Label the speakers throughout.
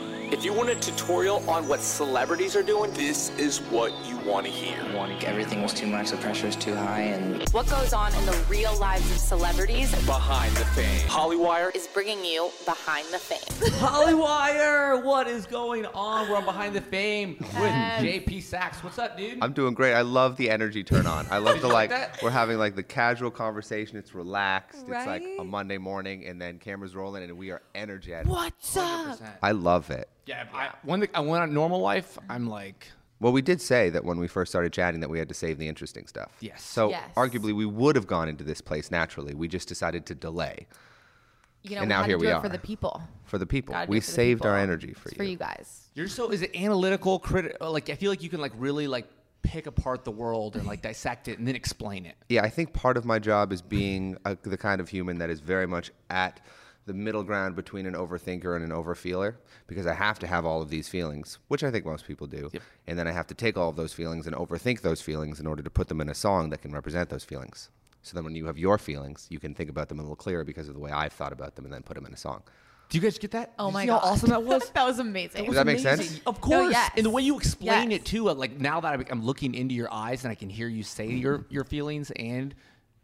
Speaker 1: If you want a tutorial on what celebrities are doing, this is what you want to hear.
Speaker 2: Everything was too much, the pressure was too high, and
Speaker 3: What goes on in the real lives of celebrities
Speaker 1: Behind the fame. Hollywire
Speaker 3: is bringing you behind the fame.
Speaker 4: Hollywire, what is going on? We're on Behind the Fame with JP Sachs. What's up,
Speaker 5: Uh,
Speaker 4: dude?
Speaker 6: I'm doing great. I love the energy turn on. I love the like
Speaker 4: that?
Speaker 6: we're having like the casual conversation. It's relaxed. It's like a
Speaker 7: Right?
Speaker 6: Monday morning and then cameras rolling and we are energetic.
Speaker 7: What's up?
Speaker 6: I love it.
Speaker 5: Yeah, I, when the, I went on normal life, I'm like,
Speaker 6: Well, we did say that when we first started chatting that we had to save the interesting stuff.
Speaker 5: Yes.
Speaker 6: So
Speaker 7: Yes.
Speaker 6: arguably we would have gone into this place naturally. We just decided to delay
Speaker 7: You know,
Speaker 6: And
Speaker 7: we
Speaker 6: now
Speaker 7: had to
Speaker 6: here
Speaker 7: do
Speaker 6: we
Speaker 7: it
Speaker 6: are.
Speaker 7: for the people.
Speaker 6: for the people.
Speaker 7: Gotta do
Speaker 6: we
Speaker 7: it for the
Speaker 6: saved our
Speaker 7: people.
Speaker 6: energy for
Speaker 7: It's
Speaker 6: you.
Speaker 7: for you guys.
Speaker 5: you're so is it analytical, criti- uh, Like I feel like you can like really like pick apart the world and like dissect it and then explain it.
Speaker 6: Yeah, I think part of my job is being a, the kind of human that is very much at the middle ground between an overthinker and an overfeeler because I have to have all of these feelings, which I think most people do. And then I have to take all of those feelings and overthink those feelings in order to put them in a song that can represent those feelings. So then when you have your feelings, you can think about them a little clearer because of the way I've thought about them and then put them in a song.
Speaker 5: Do you guys get that?
Speaker 7: Oh
Speaker 5: Did you
Speaker 7: my
Speaker 5: see
Speaker 7: god,
Speaker 5: how awesome that was.
Speaker 7: that was amazing.
Speaker 6: Does that make sense?
Speaker 5: Of course,
Speaker 7: yes.
Speaker 5: and the way you explain
Speaker 7: Yes.
Speaker 5: it too, uh, like now that I'm- I'm looking into your eyes and I can hear you say your your feelings and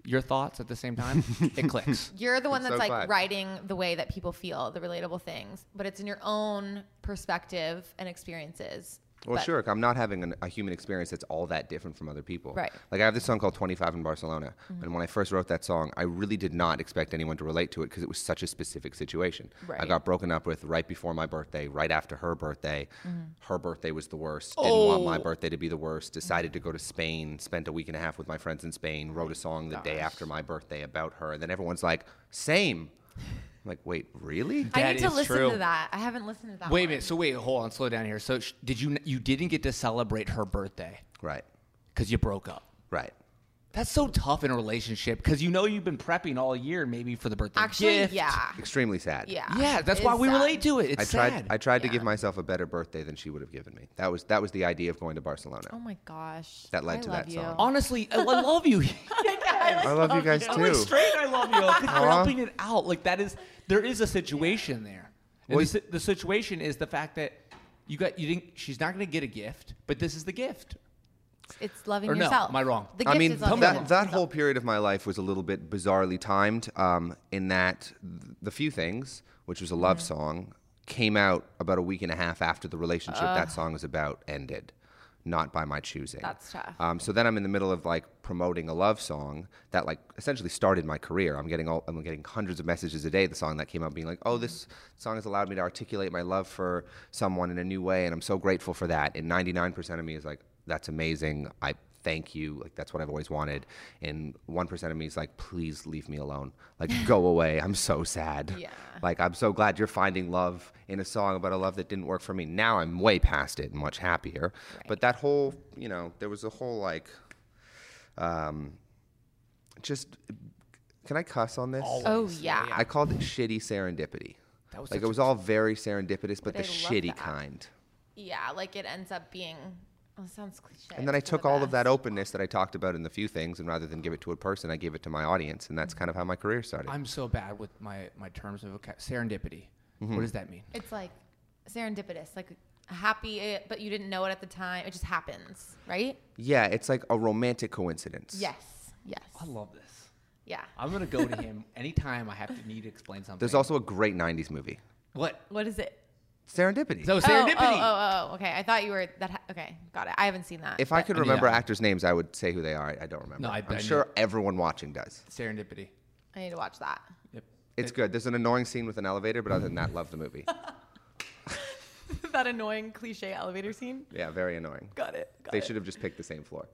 Speaker 5: your thoughts at the same time, it clicks.
Speaker 7: You're the one
Speaker 6: I'm
Speaker 7: that's
Speaker 6: so
Speaker 7: like
Speaker 6: glad.
Speaker 7: writing the way that people feel, the relatable things, but it's in your own perspective and experiences.
Speaker 6: Well,
Speaker 7: But-
Speaker 6: sure. I'm not having an, a human experience that's all that different from other people.
Speaker 7: Right. Mm-hmm.
Speaker 6: Like I have this song called 25 in Barcelona, and when I first wrote that song, I really did not expect anyone to relate to it because it was such a specific situation. I
Speaker 7: Right.
Speaker 6: got broken up with right before my birthday, right after her birthday.
Speaker 7: Mm-hmm.
Speaker 6: Her birthday was the worst. Didn't want
Speaker 7: Oh.
Speaker 6: my birthday to be the worst. Decided to go to Spain. Spent a week and a half with my friends in Spain. Wrote a song the day after my birthday about her, and then everyone's like, "Same." I'm like, "Wait, really?"
Speaker 7: I
Speaker 5: That
Speaker 7: need to
Speaker 5: is
Speaker 7: listen
Speaker 5: true.
Speaker 7: to that. I haven't listened to that.
Speaker 5: Wait a
Speaker 7: one.
Speaker 5: minute. So wait, hold on, slow down here. So sh- did you you didn't get to celebrate her birthday
Speaker 6: right.
Speaker 5: because you broke up?
Speaker 6: Right.
Speaker 5: That's so tough in a relationship because you know you've been prepping all year maybe for the birthday
Speaker 7: Actually,
Speaker 5: gift.
Speaker 7: yeah,
Speaker 6: Extremely sad.
Speaker 7: yeah,
Speaker 5: Yeah, that's
Speaker 7: It
Speaker 5: why
Speaker 7: is
Speaker 5: we
Speaker 7: sad.
Speaker 5: relate to it. It's
Speaker 6: I tried.
Speaker 5: sad.
Speaker 6: I tried to give myself a better birthday than she would have given me. That was that was the idea of going to Barcelona.
Speaker 7: Oh my gosh,
Speaker 6: That led
Speaker 7: I
Speaker 6: to
Speaker 7: love
Speaker 6: that
Speaker 7: you.
Speaker 6: song.
Speaker 5: Honestly, oh, I, I love you.
Speaker 6: I love you guys
Speaker 5: I'm like
Speaker 6: too.
Speaker 5: straight. Oh, I love you. Like, you're helping it out. Like that is there is a situation there. And the,
Speaker 6: Well,
Speaker 5: si- the situation is the fact that you got you didn't. She's not going to get a gift, but this is the gift.
Speaker 7: It's loving
Speaker 5: Or no,
Speaker 7: yourself.
Speaker 5: am I wrong?
Speaker 7: The gift
Speaker 6: I mean,
Speaker 7: is loving
Speaker 6: that,
Speaker 7: yourself.
Speaker 6: that whole period of my life was a little bit bizarrely timed um, in that th- The Few Things, which was a love
Speaker 7: Mm-hmm.
Speaker 6: song, came out about a week and a half after the relationship that song was about ended, not by my choosing.
Speaker 7: That's tough.
Speaker 6: Um, so then I'm in the middle of like promoting a love song that like essentially started my career. I'm getting all I'm getting hundreds of messages a day. The song that came out being like, oh, this
Speaker 7: Mm-hmm.
Speaker 6: song has allowed me to articulate my love for someone in a new way, and I'm so grateful for that. And 99% of me is like, that's amazing. I thank you. Like that's what I've always wanted. And 1% of me is like, please leave me alone. Like go away. I'm so sad.
Speaker 7: Yeah.
Speaker 6: Like I'm so glad you're finding love in a song about a love that didn't work for me. Now I'm way past it and much happier. But that whole, you know, there was a whole like um, just can I cuss on this?
Speaker 7: Oh yeah,
Speaker 6: I called it shitty serendipity. That was like it was all very serendipitous, but,
Speaker 7: But I
Speaker 6: the
Speaker 7: love
Speaker 6: shitty
Speaker 7: that.
Speaker 6: kind.
Speaker 7: yeah. Like it ends up being. Oh, sounds cliche.
Speaker 6: And then I
Speaker 7: but for the
Speaker 6: took all of
Speaker 7: best.
Speaker 6: that openness that I talked about in the few things, and rather than give it to a person, I gave it to my audience, and that's
Speaker 7: Mm-hmm.
Speaker 6: kind of how my career started.
Speaker 5: I'm so bad with my my terms of voca- serendipity. What does that mean?
Speaker 7: It's like serendipitous, like happy, eh, but you didn't know it at the time. It just happens, right?
Speaker 6: yeah, it's like a romantic coincidence.
Speaker 7: Yes. Yes.
Speaker 5: I love this.
Speaker 7: Yeah.
Speaker 5: I'm gonna go to him anytime I have to need to explain something.
Speaker 6: There's also a great '90s movie,
Speaker 5: what?
Speaker 7: What is it?
Speaker 6: Serendipity.
Speaker 5: So
Speaker 7: Oh,
Speaker 5: serendipity.
Speaker 7: Oh, oh, oh, okay. I thought you were that. Ha- okay, got it. I haven't seen that.
Speaker 6: if I
Speaker 7: but-
Speaker 6: could
Speaker 5: I mean,
Speaker 6: remember
Speaker 5: yeah.
Speaker 6: actors' names, I would say who they are. I don't remember.
Speaker 5: No, I-
Speaker 6: am
Speaker 5: I
Speaker 6: sure
Speaker 5: know.
Speaker 6: everyone watching does.
Speaker 5: Serendipity.
Speaker 7: I need to watch that.
Speaker 5: Yep.
Speaker 6: It's good. There's an annoying scene with an elevator, but other than that, love the movie.
Speaker 7: that annoying cliche elevator scene.
Speaker 6: Yeah, very annoying.
Speaker 7: Got it. Got
Speaker 6: They
Speaker 7: it.
Speaker 6: should have just picked the same floor.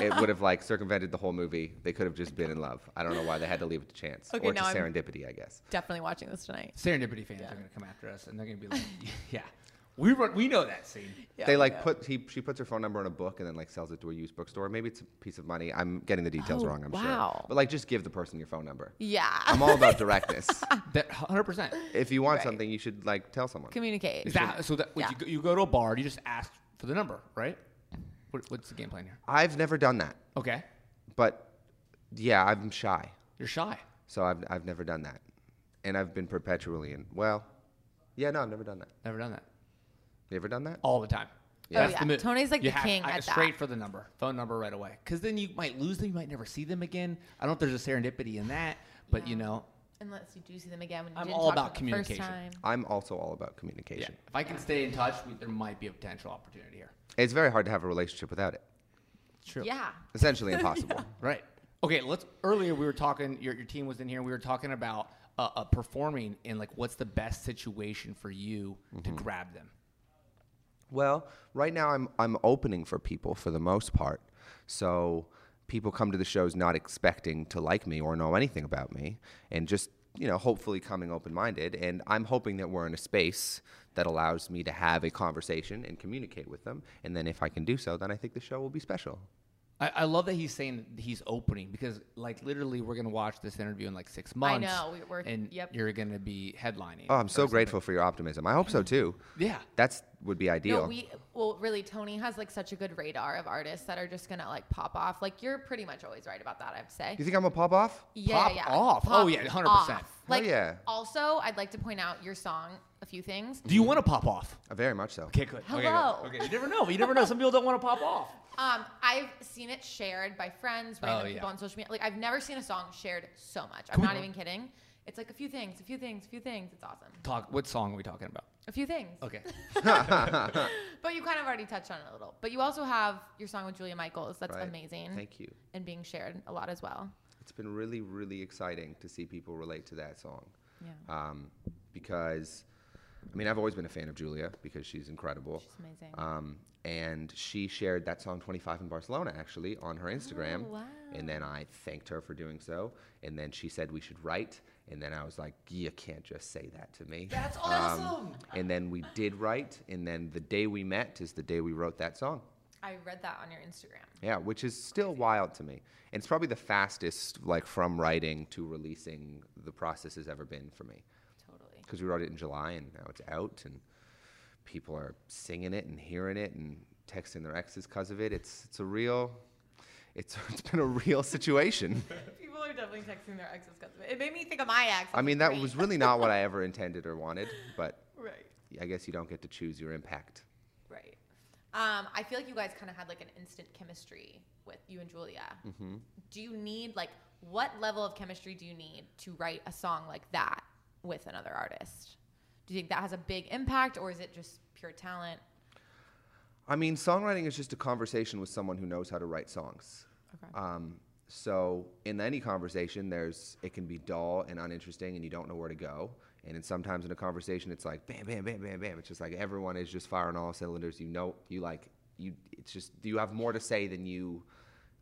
Speaker 6: it would have like circumvented the whole movie. They could have just been in love. I don't know why they had to leave it to chance
Speaker 7: Okay,
Speaker 6: or to
Speaker 7: now I'm-
Speaker 6: serendipity, i guess.
Speaker 7: Definitely watching this tonight.
Speaker 5: Serendipity fans are gonna come after us, and they're gonna be like, "Yeah, we run, we know that scene."
Speaker 7: Yeah,
Speaker 6: they
Speaker 7: we
Speaker 6: like
Speaker 7: know.
Speaker 6: put he she puts her phone number in a book and then like sells it to a used bookstore. Maybe it's a piece of money. I'm getting the details
Speaker 7: Oh,
Speaker 6: wrong. I'm
Speaker 7: wow.
Speaker 6: sure. But like, just give the person your phone number.
Speaker 7: Yeah.
Speaker 6: I'm all about directness.
Speaker 5: That 100. percent
Speaker 6: if you want
Speaker 7: Right.
Speaker 6: something, you should like tell someone.
Speaker 7: Communicate.
Speaker 5: Is that so? That wait,
Speaker 7: Yeah.
Speaker 5: you, go, you go to a bar, you just ask for the number, right? What, what's the game plan here?
Speaker 6: I've never done that,
Speaker 5: Okay,
Speaker 6: but yeah, I'm shy,
Speaker 5: you're shy.
Speaker 6: so I've I've never done that, and I've been perpetually in. Well, yeah, no, I've never done that.
Speaker 5: Never done that.
Speaker 6: You ever done that?
Speaker 5: all the time.
Speaker 7: Yeah. Oh, yeah. Tony's like
Speaker 5: You
Speaker 7: the
Speaker 5: have-
Speaker 7: king
Speaker 5: I,
Speaker 7: at that.
Speaker 5: Straight for the number, phone number right away. Because then you might lose them, you might never see them again. I don't know if there's a serendipity in that, but you know,
Speaker 7: Unless you do see them again when you
Speaker 5: I'm
Speaker 7: didn't
Speaker 5: all
Speaker 7: talk
Speaker 5: about
Speaker 7: to them the first
Speaker 5: communication.
Speaker 7: time.
Speaker 6: I'm also all about
Speaker 5: yeah.
Speaker 6: communication.
Speaker 5: If I can stay in touch, we, there might be a potential opportunity here.
Speaker 6: It's very hard to have a relationship without it.
Speaker 5: True.
Speaker 7: Yeah.
Speaker 6: Essentially impossible.
Speaker 5: Right. Okay. Let's. Earlier we were talking. Your, your team was in here. We were talking about uh, uh, performing and like what's the best situation for you
Speaker 7: Mm-hmm.
Speaker 5: to grab them.
Speaker 6: Well, right now I'm I'm opening for people for the most part. So people come to the shows not expecting to like me or know anything about me and just, you know, hopefully coming open-minded and I'm hoping that we're in a space that allows me to have a conversation and communicate with them and then if I can do so, then I think the show will be special.
Speaker 5: I, I love that he's saying that he's opening because like literally we're gonna watch this interview in like six months.
Speaker 7: know, we- we're-
Speaker 5: and
Speaker 7: yep.
Speaker 5: you're gonna be headlining.
Speaker 6: Oh, I'm
Speaker 5: or
Speaker 6: so
Speaker 5: something.
Speaker 6: grateful for your optimism. I hope so too.
Speaker 5: Yeah.
Speaker 6: That's would be ideal.
Speaker 7: No, we well, really, Tony has like such a good radar of artists that are just gonna like pop off. Like you're pretty much always right about that, I'd say.
Speaker 6: you think I'm a pop off?
Speaker 7: Yeah,
Speaker 5: Pop
Speaker 7: yeah.
Speaker 5: off. Oh, yeah, 100%.
Speaker 7: off. Like
Speaker 6: yeah.
Speaker 7: also, I'd like to point out your song, a few things.
Speaker 5: Do you want to pop off?
Speaker 6: Uh, Very much so.
Speaker 5: Okay, good. Okay, good.
Speaker 7: Hello.
Speaker 5: Okay, you never know. You never know. Some people don't want to pop off.
Speaker 7: Um, I've seen it shared by friends,
Speaker 6: Oh,
Speaker 7: random
Speaker 5: yeah.
Speaker 7: people on social media. Like I've never seen a song shared so much.
Speaker 5: Can
Speaker 7: I'm
Speaker 5: we-
Speaker 7: not even kidding. It's like a few things, a few things, a few things. It's awesome.
Speaker 5: Talk. What song are we talking about?
Speaker 7: A few things.
Speaker 5: Okay.
Speaker 7: But you kind of already touched on it a little. But you also have your song with Julia Michaels. That's
Speaker 6: Right.
Speaker 7: amazing.
Speaker 6: Thank you.
Speaker 7: And being shared a lot as well.
Speaker 6: It's been really, really exciting to see people relate to that song.
Speaker 7: Yeah.
Speaker 6: Um, because, I mean, I've always been a fan of Julia because she's incredible.
Speaker 7: She's amazing.
Speaker 6: Um, and she shared that song 25 in Barcelona actually on her Instagram.
Speaker 7: Oh, wow.
Speaker 6: And then I thanked her for doing so. And then she said we should write. And then I was like, you can't just say that to me. That's awesome. And then we did write. And then the day we met is the day we wrote that song.
Speaker 7: I read that on your Instagram.
Speaker 6: Yeah, which is still wild to me. And it's probably the fastest, like from writing to releasing, the process has ever been for me.
Speaker 7: Totally.
Speaker 6: Because we wrote it in July and now it's out, and people are singing it and hearing it and texting their exes because of it. It's it's a real, it's it's been a real situation.
Speaker 7: People are definitely texting their exes because of it. It made me think of my ex.
Speaker 6: I mean, that was really not what I ever intended or wanted, but
Speaker 7: right.
Speaker 6: I guess you don't get to choose your impact.
Speaker 7: Right. Um, I feel like you guys kind of had like an instant chemistry with you and Julia. Mm-hmm. Do you need like what level of chemistry do you need to write a song like that with another artist? Do you think that has a big impact, or is it just pure talent?
Speaker 6: I mean, songwriting is just a conversation with someone who knows how to write songs.
Speaker 7: Okay.
Speaker 6: Um, so in any conversation, there's it can be dull and uninteresting, and you don't know where to go. And then sometimes in a conversation, it's like bam, bam, bam, bam, bam. It's just like everyone is just firing all cylinders. You know, you like you. It's just you have more to say than you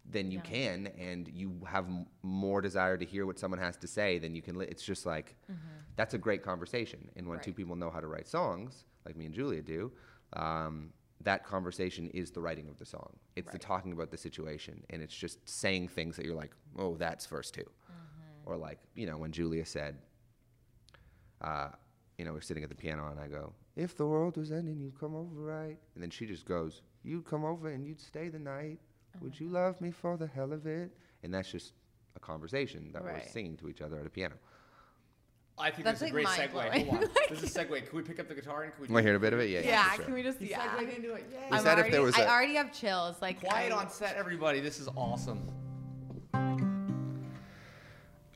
Speaker 6: than you can, and you have m- more desire to hear what someone has to say than you can. Li- it's just like that's a great conversation. And when two
Speaker 7: Mm-hmm. Right.
Speaker 6: people know how to write songs, like me and Julia do, um, that conversation is the writing of the song. It's the talking about the situation, and it's just saying things that you're like, oh, that's verse 2 or like you know when Julia said, uh, you know, we're sitting at the piano, and I go, if the world was ending, you'd come over, right? And then she just goes, you'd come over and you'd stay the night. Would you love me for the hell of it? And that's just a conversation that
Speaker 7: Right.
Speaker 6: we're singing to each other at a piano.
Speaker 5: I think
Speaker 7: That's,
Speaker 5: this is a
Speaker 7: like,
Speaker 5: great segue.
Speaker 7: mind-blowing.
Speaker 5: Hold on. this is a segue. Can we pick up the guitar and can we?
Speaker 6: Want to hear a bit of it? Yeah. for sure.
Speaker 7: just
Speaker 5: He's segueing into it. Yay.
Speaker 6: Is that if there was
Speaker 7: I
Speaker 6: a-
Speaker 7: already have chills. Like
Speaker 5: Quiet
Speaker 7: I-
Speaker 5: on set, everybody. This is awesome.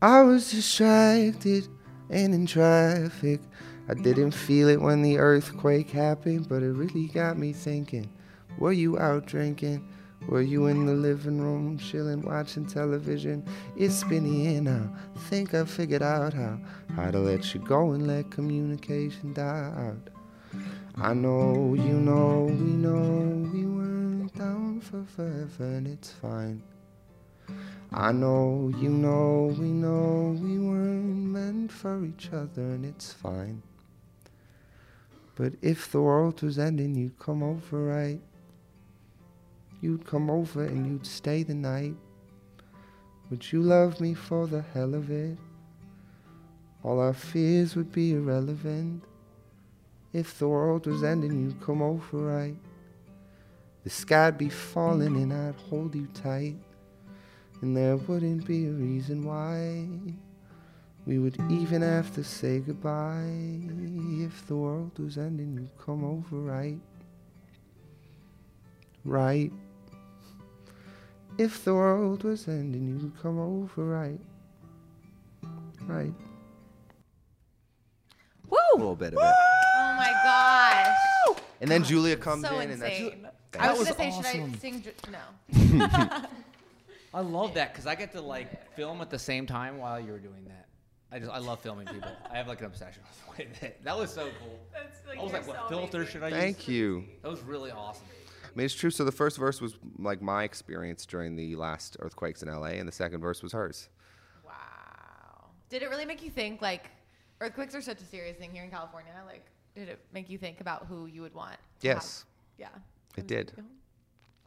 Speaker 6: I was distracted and in traffic. I didn't feel it when the earthquake happened, but it really got me thinking. Were you out drinking? Were you in the living room chilling, watching television? It's been a year now. I think I figured out how how to let you go and let communication die out. I know you know we know we weren't down for forever, and it's fine. I know, you know, we know we weren't meant for each other and it's fine. But if the world was ending, you'd come over, right? You'd come over and you'd stay the night. Would you love me for the hell of it? All our fears would be irrelevant. If the world was ending, you'd come over, right? The sky'd be falling and I'd hold you tight and there wouldn't be a reason why. We would even have to say goodbye if the world was ending. You come over, right? Right. If the world was ending, you come over, right? Right.
Speaker 7: Woo!
Speaker 6: A little bit of it.
Speaker 7: Oh my gosh.
Speaker 6: And then Julia comes
Speaker 7: So
Speaker 6: in, and
Speaker 7: insane.
Speaker 6: that's
Speaker 7: I was,
Speaker 6: That
Speaker 7: gonna say,
Speaker 5: was
Speaker 7: should I
Speaker 5: awesome.
Speaker 7: sing? Ju- No.
Speaker 5: I love that because I get to like film at the same time while you were doing that. I just I love filming people. I have like an obsession with the way that. That was so cool. I was like, what filter should I use?
Speaker 6: Thank you.
Speaker 5: That was really awesome.
Speaker 6: I mean, it's true. So the first verse was like my experience during the last earthquakes in LA, and the second verse was hers.
Speaker 7: Wow. Did it really make you think? Like, earthquakes are such a serious thing here in California. Like, did it make you think about who you would want? to have-
Speaker 6: Yes,
Speaker 7: Yeah.
Speaker 6: it did.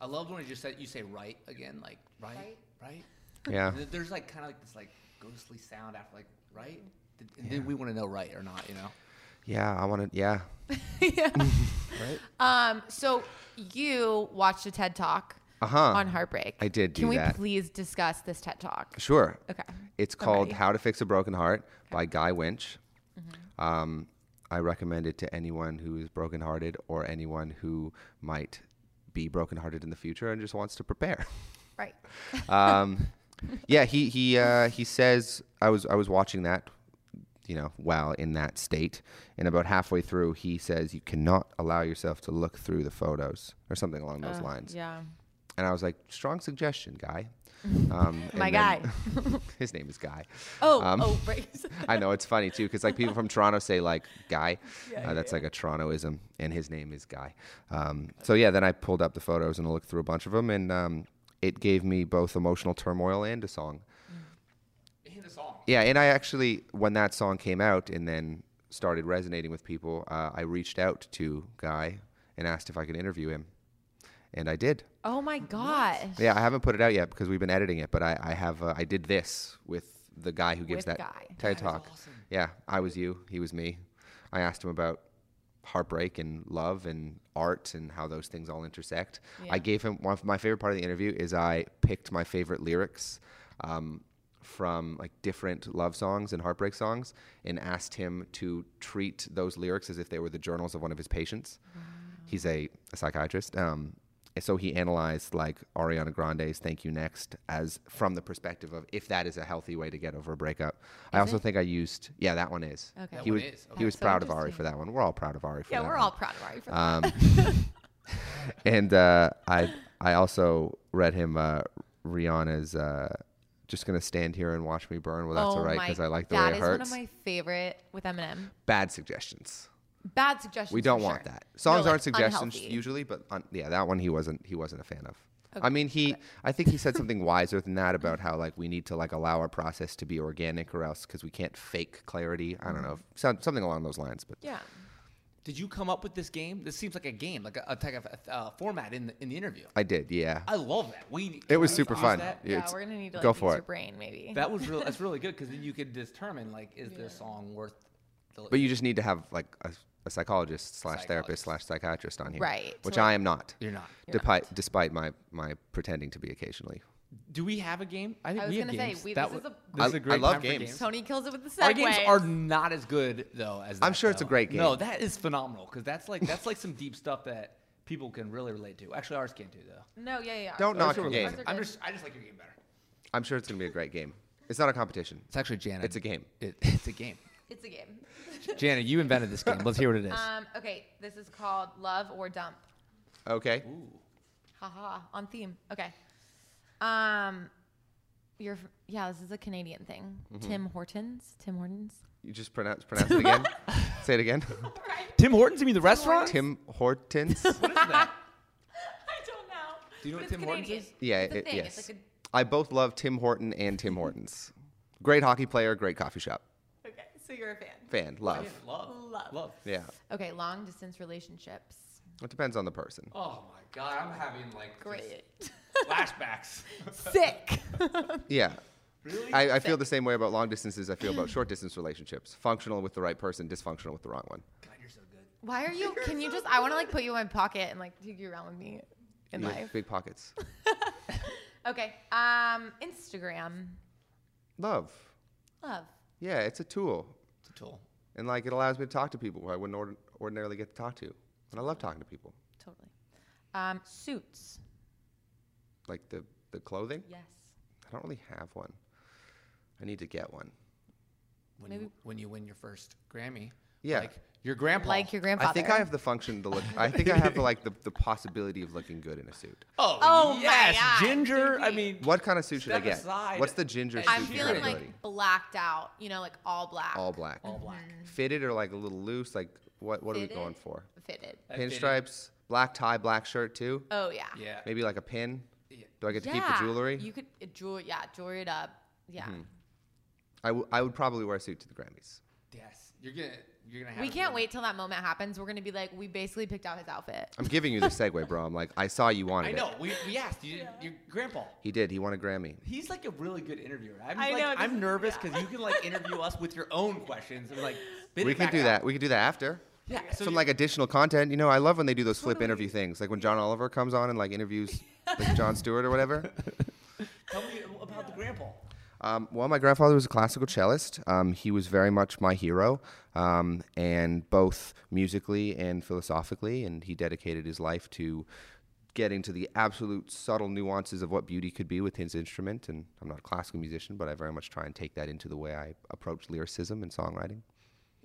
Speaker 5: I loved when you just said you say right again, like right, right.
Speaker 6: Yeah.
Speaker 5: And then There's like kind of like this like ghostly sound after like right. Did, and Did we want to know right or not? You know.
Speaker 6: Yeah, I want to. Yeah.
Speaker 7: Um. So you watched a TED talk
Speaker 6: Uh-huh.
Speaker 7: on heartbreak.
Speaker 6: I did do
Speaker 7: Can
Speaker 6: that.
Speaker 7: we please discuss this TED talk?
Speaker 6: Sure.
Speaker 7: Okay.
Speaker 6: It's
Speaker 7: I'm
Speaker 6: called
Speaker 7: ready.
Speaker 6: How to Fix a Broken Heart by Guy Winch.
Speaker 7: Mm-hmm.
Speaker 6: Um, I recommend it to anyone who is brokenhearted or anyone who might be brokenhearted in the future and just wants to prepare.
Speaker 7: Right.
Speaker 6: um, yeah, he he uh, he says I was I was watching that, you know, while in that state, and about halfway through, he says you cannot allow yourself to look through the photos or something along those lines.
Speaker 7: Uh, Yeah.
Speaker 6: And I was like, strong suggestion, guy. Um,
Speaker 7: My
Speaker 6: and
Speaker 7: guy.
Speaker 6: then- his name is Guy.
Speaker 7: Oh.
Speaker 6: Um,
Speaker 7: oh. Right.
Speaker 6: I know it's funny too because like people from Toronto say like Guy, uh, that's like a Torontoism, and his name is Guy. Um, so yeah, then I pulled up the photos and I looked through a bunch of them, and um, it gave me both emotional turmoil and a song.
Speaker 5: In the song.
Speaker 6: Yeah, and I actually when that song came out and then started resonating with people, uh, I reached out to Guy and asked if I could interview him, and I did.
Speaker 7: oh my gosh.
Speaker 6: Yeah, I haven't put it out yet because we've been editing it, but I, I have uh, I did this with the guy who gives that
Speaker 7: With Guy.
Speaker 6: TED talk. Yeah, I was you, he was me. I asked him about heartbreak and love and art and how those things all intersect. I gave him one of my favorite part of the interview is I picked my favorite lyrics um, from like different love songs and heartbreak songs and asked him to treat those lyrics as if they were the journals of one of his patients he's a, a psychiatrist. Um, and so he analyzed like Ariana Grande's "Thank You Next" as from the perspective of if that is a healthy way to get over a breakup. I also think I used yeah that one is.
Speaker 7: Okay. That
Speaker 6: He
Speaker 5: one
Speaker 6: was
Speaker 5: is.
Speaker 6: he
Speaker 5: Okay.
Speaker 6: was
Speaker 7: so
Speaker 6: proud of Ari
Speaker 7: interesting.
Speaker 6: for that one. We're all proud of Ari for
Speaker 7: Yeah,
Speaker 6: that
Speaker 7: we're
Speaker 6: one.
Speaker 7: all proud of Ari for that.
Speaker 6: Um, and uh, I I also read him uh, Rihanna's uh, "Just Gonna Stand Here and Watch Me Burn." Well, that's all right
Speaker 7: Oh my-
Speaker 6: because I like the
Speaker 7: that
Speaker 6: way it
Speaker 7: is
Speaker 6: hurts.
Speaker 7: one of my favorite with Eminem.
Speaker 6: Bad suggestions.
Speaker 7: Bad suggestions.
Speaker 6: We don't
Speaker 7: for
Speaker 6: want
Speaker 7: sure.
Speaker 6: that. Songs
Speaker 7: They're, like,
Speaker 6: aren't suggestions
Speaker 7: unhealthy.
Speaker 6: usually, but on, yeah, that one he wasn't he wasn't a fan of. I mean, he I think he said something wiser than that about how like we need to like allow our process to be organic or else because we can't fake clarity. I don't know, some, something along those lines. But
Speaker 7: Mm-hmm. Yeah.
Speaker 5: Did you come up with this game? This seems like a game, like a, a type of uh, format in the in the interview.
Speaker 6: I did, yeah.
Speaker 5: I love that. We
Speaker 6: it was
Speaker 5: can we
Speaker 6: super
Speaker 5: use
Speaker 6: fun.
Speaker 5: that?
Speaker 7: Yeah,
Speaker 6: It's-
Speaker 7: we're gonna need to like,
Speaker 6: go
Speaker 7: use
Speaker 6: for
Speaker 7: your
Speaker 6: it.
Speaker 7: brain maybe.
Speaker 5: That was real. That's really good because then you could determine like, is this song worth? The,
Speaker 6: But you just need to have like a, a psychologist slash
Speaker 5: Psychologist.
Speaker 6: therapist slash psychiatrist on here,
Speaker 7: Right, so,
Speaker 6: Which
Speaker 7: like-
Speaker 6: I am not.
Speaker 5: you're not.
Speaker 6: Despite, despite my, my pretending to be occasionally.
Speaker 5: Do we have a game? I think
Speaker 7: I
Speaker 5: we
Speaker 7: was
Speaker 5: have
Speaker 7: gonna say,
Speaker 5: games.
Speaker 7: we-
Speaker 5: That
Speaker 7: this
Speaker 5: w-
Speaker 7: is a-
Speaker 5: this
Speaker 6: I-
Speaker 5: is a
Speaker 6: I
Speaker 5: great
Speaker 6: love
Speaker 5: time for
Speaker 6: games.
Speaker 7: Tony kills it with the segue.
Speaker 5: Our games are not as good though as.
Speaker 6: I'm
Speaker 5: that,
Speaker 6: sure it's a
Speaker 5: though.
Speaker 6: great
Speaker 5: No,
Speaker 6: game.
Speaker 5: that is phenomenal because that's like that's like some deep stuff that people can really relate to. Actually, ours can too though.
Speaker 7: No, yeah, yeah. yeah.
Speaker 6: Don't knock
Speaker 7: Ours
Speaker 6: a
Speaker 7: are
Speaker 6: game.
Speaker 7: good.
Speaker 5: I'm just I just like your game better.
Speaker 6: I'm sure it's gonna be a great game. It's not a competition.
Speaker 5: It's actually Janet.
Speaker 6: It's a game.
Speaker 5: It, it's a game.
Speaker 7: It's a game.
Speaker 5: Janet, you invented this game. Let's hear what it is.
Speaker 7: Um, okay, this is called Love or Dump.
Speaker 6: Okay.
Speaker 7: Haha, on theme. Okay. Um, you're f- yeah. This is a Canadian thing.
Speaker 6: Mm-hmm.
Speaker 7: Tim Hortons. Tim Hortons.
Speaker 6: You just pronounce pronounce it again. Say it again.
Speaker 5: Tim Hortons, you mean the restaurant?
Speaker 6: Tim Hortons.
Speaker 5: What is that?
Speaker 7: I don't know.
Speaker 5: Do you know But what it's Tim Hortons Canadian. is?
Speaker 6: yeah.
Speaker 7: It's a
Speaker 6: it-
Speaker 7: thing.
Speaker 6: yes.
Speaker 7: It's like
Speaker 6: I both love Tim Horton and Tim Hortons. Great hockey player. Great coffee shop.
Speaker 7: a, okay, so you're a fan.
Speaker 6: Fan. Love.
Speaker 5: Love.
Speaker 7: Love.
Speaker 5: Love.
Speaker 6: Yeah.
Speaker 7: Okay, long distance relationships.
Speaker 6: It depends on the person.
Speaker 5: Oh my god, I'm having like
Speaker 7: Great.
Speaker 5: just flashbacks.
Speaker 7: Sick.
Speaker 6: Yeah. Really? I, I feel the same way about long distances. I feel about short distance relationships. Functional with the right person. Dysfunctional with the wrong one.
Speaker 7: Why are you? Can you just? I want to like put you in my pocket and like take you around with me in
Speaker 6: You have
Speaker 7: life.
Speaker 6: Big pockets.
Speaker 7: Okay. Um, Instagram.
Speaker 6: Love.
Speaker 7: Love.
Speaker 6: Yeah, it's a tool,
Speaker 5: It's a tool.
Speaker 6: and like it allows me to talk to people who I wouldn't ord- ordinarily get to talk to, and I love talking to people.
Speaker 7: Totally. Um, suits.
Speaker 6: Like the the clothing,
Speaker 7: Yes.
Speaker 6: I don't really have one. I need to get one.
Speaker 5: When you, when you win your first Grammy.
Speaker 6: Yeah.
Speaker 5: Like your grandpa.
Speaker 7: Like your grandfather.
Speaker 6: I think I have the function to look. I think I have the, like the, the possibility of looking good in a suit.
Speaker 5: Oh,
Speaker 7: Oh my
Speaker 5: yes,
Speaker 7: God,
Speaker 5: ginger. I
Speaker 7: Davey.
Speaker 5: mean,
Speaker 6: What kind of suit should I
Speaker 5: Step
Speaker 6: get?
Speaker 5: aside
Speaker 6: What's the ginger
Speaker 5: and
Speaker 6: suit?
Speaker 7: I'm feeling
Speaker 6: capability?
Speaker 7: like blacked out. You know, like all black.
Speaker 6: all black.
Speaker 5: all black.
Speaker 6: Fitted or like a little loose? Like what? What are we going
Speaker 7: Fitted.
Speaker 6: for?
Speaker 7: Fitted.
Speaker 5: fitted.
Speaker 6: Pinstripes, black tie, black shirt too.
Speaker 7: Oh yeah.
Speaker 5: Yeah.
Speaker 6: Maybe like a pin.
Speaker 5: Yeah.
Speaker 6: Do I get to
Speaker 7: Yeah.
Speaker 6: keep the jewelry? Mm-hmm.
Speaker 7: You could uh, jewelry. Yeah, jewelry it up. Yeah.
Speaker 6: I, w- I would probably wear a suit to the Grammys.
Speaker 5: Yes. You're gonna. You're gonna have.
Speaker 7: We
Speaker 5: to
Speaker 7: can't
Speaker 5: win.
Speaker 7: wait till that moment happens. We're gonna be like, we basically picked out his outfit.
Speaker 6: I'm giving you the segue, bro. I'm like, I saw you wanted
Speaker 5: I
Speaker 6: it.
Speaker 5: know. We, we asked you, your grandpa.
Speaker 6: He did. He won a Grammy.
Speaker 5: He's like a really good interviewer. I'm
Speaker 7: I
Speaker 5: like,
Speaker 7: know, this
Speaker 5: I'm
Speaker 7: is-
Speaker 5: nervous because you can like interview us with your own questions. I'm like, spit
Speaker 6: We
Speaker 5: it
Speaker 6: can
Speaker 5: back
Speaker 6: do
Speaker 5: out.
Speaker 6: that. We can do that after.
Speaker 5: Yeah. So
Speaker 6: Some
Speaker 5: you-
Speaker 6: like additional content. You know, I love when they do those flip interview things. Like when John Oliver comes on and like interviews like John Stewart or whatever.
Speaker 5: tell me about the grandpa.
Speaker 6: Um, well, my grandfather was a classical cellist. Um, he was very much my hero, um, and both musically and philosophically, and he dedicated his life to getting to the absolute subtle nuances of what beauty could be with his instrument. And I'm not a classical musician, but I very much try and take that into the way I approach lyricism and songwriting.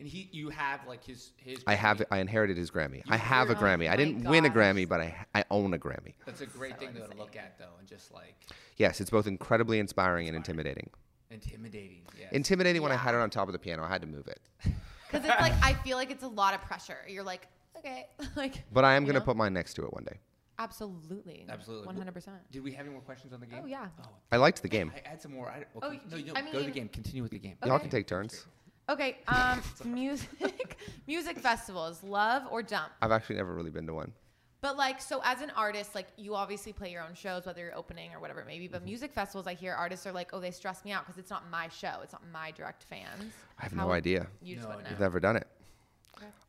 Speaker 5: And he, you have like his his.
Speaker 6: I have, I inherited his Grammy. I have a
Speaker 7: Oh
Speaker 6: Grammy.
Speaker 7: my
Speaker 6: I didn't win a
Speaker 7: gosh.
Speaker 6: Grammy, but I, I own a Grammy.
Speaker 5: That's a great thing to look at though, and just like
Speaker 6: Yes, it's both incredibly inspiring and intimidating.
Speaker 5: intimidating. Yeah.
Speaker 6: Intimidating when I had it on top of the piano. I had to move it.
Speaker 7: Because it's like I feel like it's a lot of pressure. You're like, okay, like.
Speaker 6: But I am
Speaker 7: you
Speaker 6: going to
Speaker 7: know?
Speaker 6: put mine next to it one day.
Speaker 7: Absolutely.
Speaker 5: Absolutely.
Speaker 7: One hundred percent.
Speaker 5: Did we have any more questions on the game?
Speaker 7: Oh yeah.
Speaker 5: Oh,
Speaker 6: I liked the game.
Speaker 5: I had some more. I, okay.
Speaker 7: Oh,
Speaker 5: no,
Speaker 7: you-
Speaker 5: no,
Speaker 7: I
Speaker 5: go to the
Speaker 7: mean-
Speaker 5: game. Continue with the game.
Speaker 6: Y'all
Speaker 7: Okay.
Speaker 6: can take turns.
Speaker 7: Okay. Um, music, music festivals, love or dump.
Speaker 6: I've actually never really been to one.
Speaker 7: But like, so as an artist, like you obviously play your own shows, whether you're opening or whatever it may be.
Speaker 6: Mm-hmm.
Speaker 7: But music festivals, I hear artists are like, oh, they stress me out because it's not my show, it's not my direct fans.
Speaker 6: I have
Speaker 7: How
Speaker 6: no
Speaker 7: would-
Speaker 6: idea.
Speaker 7: You just
Speaker 5: No
Speaker 7: wouldn't
Speaker 6: I've
Speaker 7: know.
Speaker 6: never done it.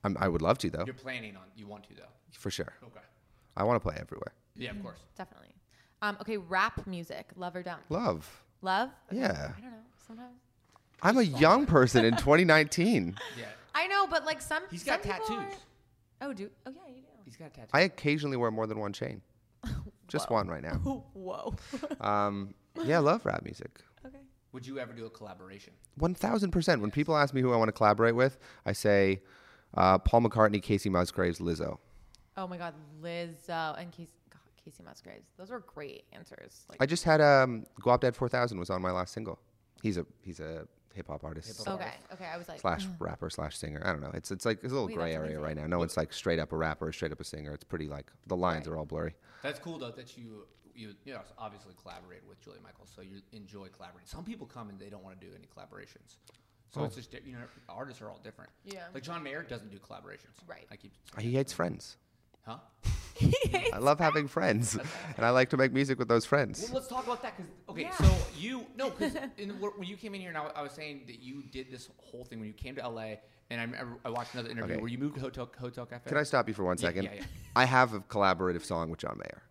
Speaker 6: I'm, I would love to though,
Speaker 5: You're planning on. You want to though.
Speaker 6: for sure.
Speaker 5: Okay.
Speaker 6: I want to play everywhere.
Speaker 5: Yeah, of course.
Speaker 7: Definitely. Um, okay, rap music, love or dump.
Speaker 6: Love.
Speaker 7: Love. Okay,
Speaker 6: Yeah.
Speaker 7: I don't know. Sometimes.
Speaker 6: I'm a young person in 2019.
Speaker 5: Yeah.
Speaker 7: I know, but like some.
Speaker 5: He's got
Speaker 7: some people
Speaker 5: tattoos.
Speaker 7: aren't- Oh, do. Oh, yeah, you do.
Speaker 5: He's got a tattoo.
Speaker 6: I occasionally wear more than one chain. Just one right now.
Speaker 7: Whoa.
Speaker 6: Um, yeah, I love rap music.
Speaker 7: okay.
Speaker 5: Would you ever do a collaboration?
Speaker 6: 1000%. When people ask me who I want to collaborate with, I say uh, Paul McCartney, Casey Musgraves, Lizzo.
Speaker 7: Oh my God, Lizzo and Casey, God, Casey Musgraves. Those were great answers. Like,
Speaker 6: I just had um, Guapdad 4000 was on my last single. He's a he's a hip hop artist.
Speaker 7: okay, okay. I was like,
Speaker 6: slash
Speaker 5: Uh.
Speaker 6: rapper slash singer. I don't know. It's it's like it's a little
Speaker 7: Wait,
Speaker 6: gray
Speaker 7: that's
Speaker 6: area
Speaker 7: amazing.
Speaker 6: right now. No one's like straight up a rapper or straight up a singer. It's pretty like the lines are all blurry.
Speaker 5: That's cool though that you you you know, obviously collaborate with Julia Michaels, so you enjoy collaborating. Some people come and they don't want to do any collaborations, so it's just di- you know artists are all different.
Speaker 7: Yeah.
Speaker 5: like John Mayer doesn't do collaborations.
Speaker 7: Right.
Speaker 5: I keep
Speaker 6: He hates friends.
Speaker 5: huh.
Speaker 6: I love having friends, and I like to make music with those friends.
Speaker 5: Well, let's talk about that because okay,
Speaker 7: Yeah.
Speaker 5: so you no because when you came in here and I, wa- I was saying that you did this whole thing when you came to LA and I remember I watched another interview
Speaker 6: Okay.
Speaker 5: where you moved to hotel hotel cafe.
Speaker 6: Can I stop you for one
Speaker 5: Yeah,
Speaker 6: second?
Speaker 5: yeah, yeah.
Speaker 6: I have a collaborative song with John Mayer,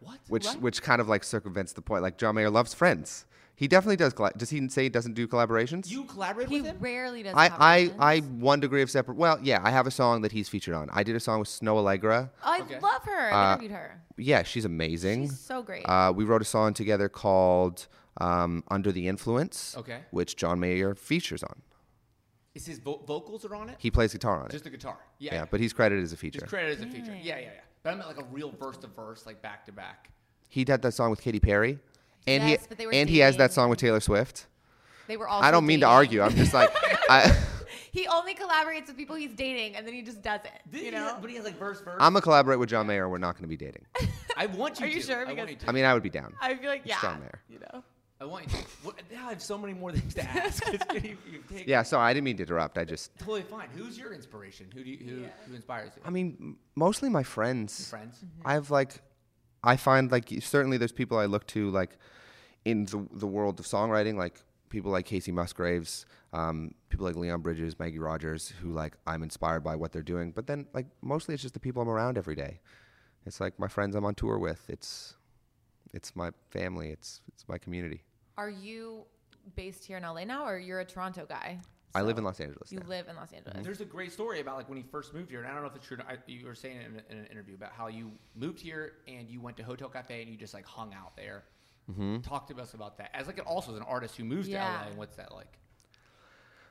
Speaker 5: What?
Speaker 6: which which kind of like circumvents the point. Like John Mayer loves friends. He definitely does. Colla- does he say he doesn't do collaborations?
Speaker 5: you collaborate
Speaker 7: he
Speaker 5: with him?
Speaker 7: rarely does.
Speaker 6: I,
Speaker 7: collaborations.
Speaker 6: I, I, one degree of separate. Well, yeah, I have a song that he's featured on. I did a song with Snow Allegra.
Speaker 7: I
Speaker 5: Okay.
Speaker 7: love her. I interviewed her.
Speaker 6: Yeah, she's amazing.
Speaker 7: She's so great.
Speaker 6: Uh, we wrote a song together called um, "Under the Influence,"
Speaker 5: Okay.
Speaker 6: which John Mayer features on.
Speaker 5: Is his vo- vocals are on it?
Speaker 6: He plays guitar on
Speaker 5: just
Speaker 6: it.
Speaker 5: the guitar. Yeah,
Speaker 6: yeah, but he's credited as a feature.
Speaker 5: Just credit as a feature. Yeah, yeah, yeah. But I meant like a real verse to verse, like back to back.
Speaker 6: he did that song with Katy Perry, and
Speaker 7: Yes,
Speaker 6: he
Speaker 7: but they were
Speaker 6: and he has that
Speaker 7: dating.
Speaker 6: song with Taylor Swift.
Speaker 7: They were all.
Speaker 6: I don't mean to argue. I'm just like, I,
Speaker 7: He only collaborates with people he's dating, and then he just does it. You know.
Speaker 5: but he has like verse verse.
Speaker 6: I'm gonna collaborate with John Mayer. We're not gonna be dating.
Speaker 5: I want you.
Speaker 7: Are you
Speaker 5: to.
Speaker 7: sure?
Speaker 5: I want
Speaker 7: Because-
Speaker 5: you to.
Speaker 6: I mean, I would be down.
Speaker 7: I feel like yeah.
Speaker 6: John Mayer.
Speaker 7: You know.
Speaker 5: I want you. To. What, now I have so many more things to ask. It's gonna be- you take-
Speaker 6: Yeah, sorry, I didn't mean to interrupt. I just,
Speaker 5: Totally fine. Who's your inspiration? Who do you, who, who inspires you?
Speaker 6: I mean, m- mostly my friends.
Speaker 5: Friends.
Speaker 6: I've like, I find like certainly there's people I look to like in the the world of songwriting, like people like Casey Musgraves, um, people like Leon Bridges, Maggie Rogers, who like I'm inspired by what they're doing. But then like mostly it's just the people I'm around every day. It's like my friends I'm on tour with. It's it's my family. It's it's my community.
Speaker 7: Are you based here in LA now, or you're a Toronto guy?
Speaker 6: I live in Los Angeles.
Speaker 7: You
Speaker 6: now.
Speaker 7: live in Los
Speaker 6: Mm-hmm.
Speaker 7: Angeles.
Speaker 5: There's a great story about like when you first moved here, and I don't know if it's true. I, you were saying in, in an interview about how you moved here and you went to Hotel Cafe and you just like hung out there.
Speaker 6: Mm-hmm.
Speaker 5: Talk to us about that. As like also as an artist who moves
Speaker 7: Yeah.
Speaker 5: to LA, and what's that like?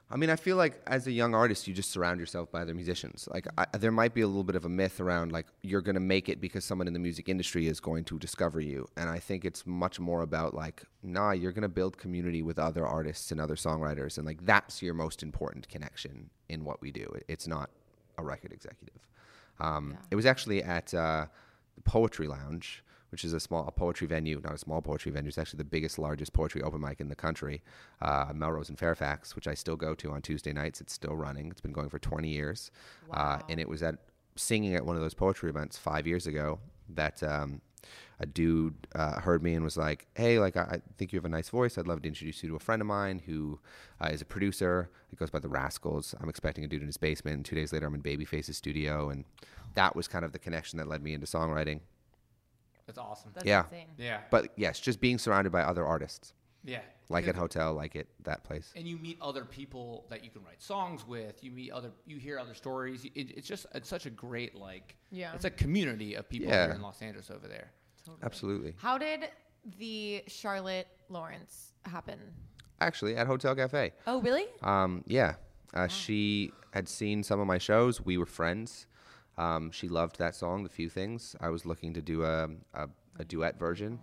Speaker 6: I mean, I feel like as a young artist, you just surround yourself by other musicians. Like, I, there might be a little bit of a myth around like you're going to make it because someone in the music industry is going to discover you. And I think it's much more about like, nah, you're going to build community with other artists and other songwriters, and like that's your most important connection in what we do. It- It's not a record executive. Um, It was actually at uh, the Poetry Lounge, which is a small a poetry venue, not a small poetry venue. It's actually the biggest, largest poetry open mic in the country, uh, on Melrose and Fairfax, which I still go to on Tuesday nights. It's still running. It's been going for 20 years, uh, and it was at singing at one of those poetry events five years ago that. Um, a dude uh, heard me and was like, "Hey, like I, I think you have a nice voice. I'd love to introduce you to a friend of mine who uh, is a producer. It goes by the Rascals. I'm expecting a dude in his basement. And two days later, I'm in Babyface's studio, and that was kind of the connection that led me into songwriting.
Speaker 5: That's awesome.
Speaker 7: That's
Speaker 6: yeah.
Speaker 7: insane.
Speaker 5: yeah,
Speaker 6: But yes, just being surrounded by other artists,
Speaker 5: yeah.
Speaker 6: like at
Speaker 5: Because-
Speaker 6: hotel, like at that place.
Speaker 5: and you meet other people that you can write songs with. You meet other, you hear other stories. It, it's just it's such a great like.
Speaker 7: Yeah.
Speaker 5: It's a community of people
Speaker 6: Yeah.
Speaker 5: here in Los Angeles over there.
Speaker 6: Absolutely.
Speaker 7: How did the Charlotte Lawrence happen?
Speaker 6: Actually, at Hotel Cafe.
Speaker 7: Oh, really?
Speaker 6: Um, yeah. Uh, She had seen some of my shows. We were friends. Um, she loved that song, The Few Things. I was looking to do a, a, a duet version.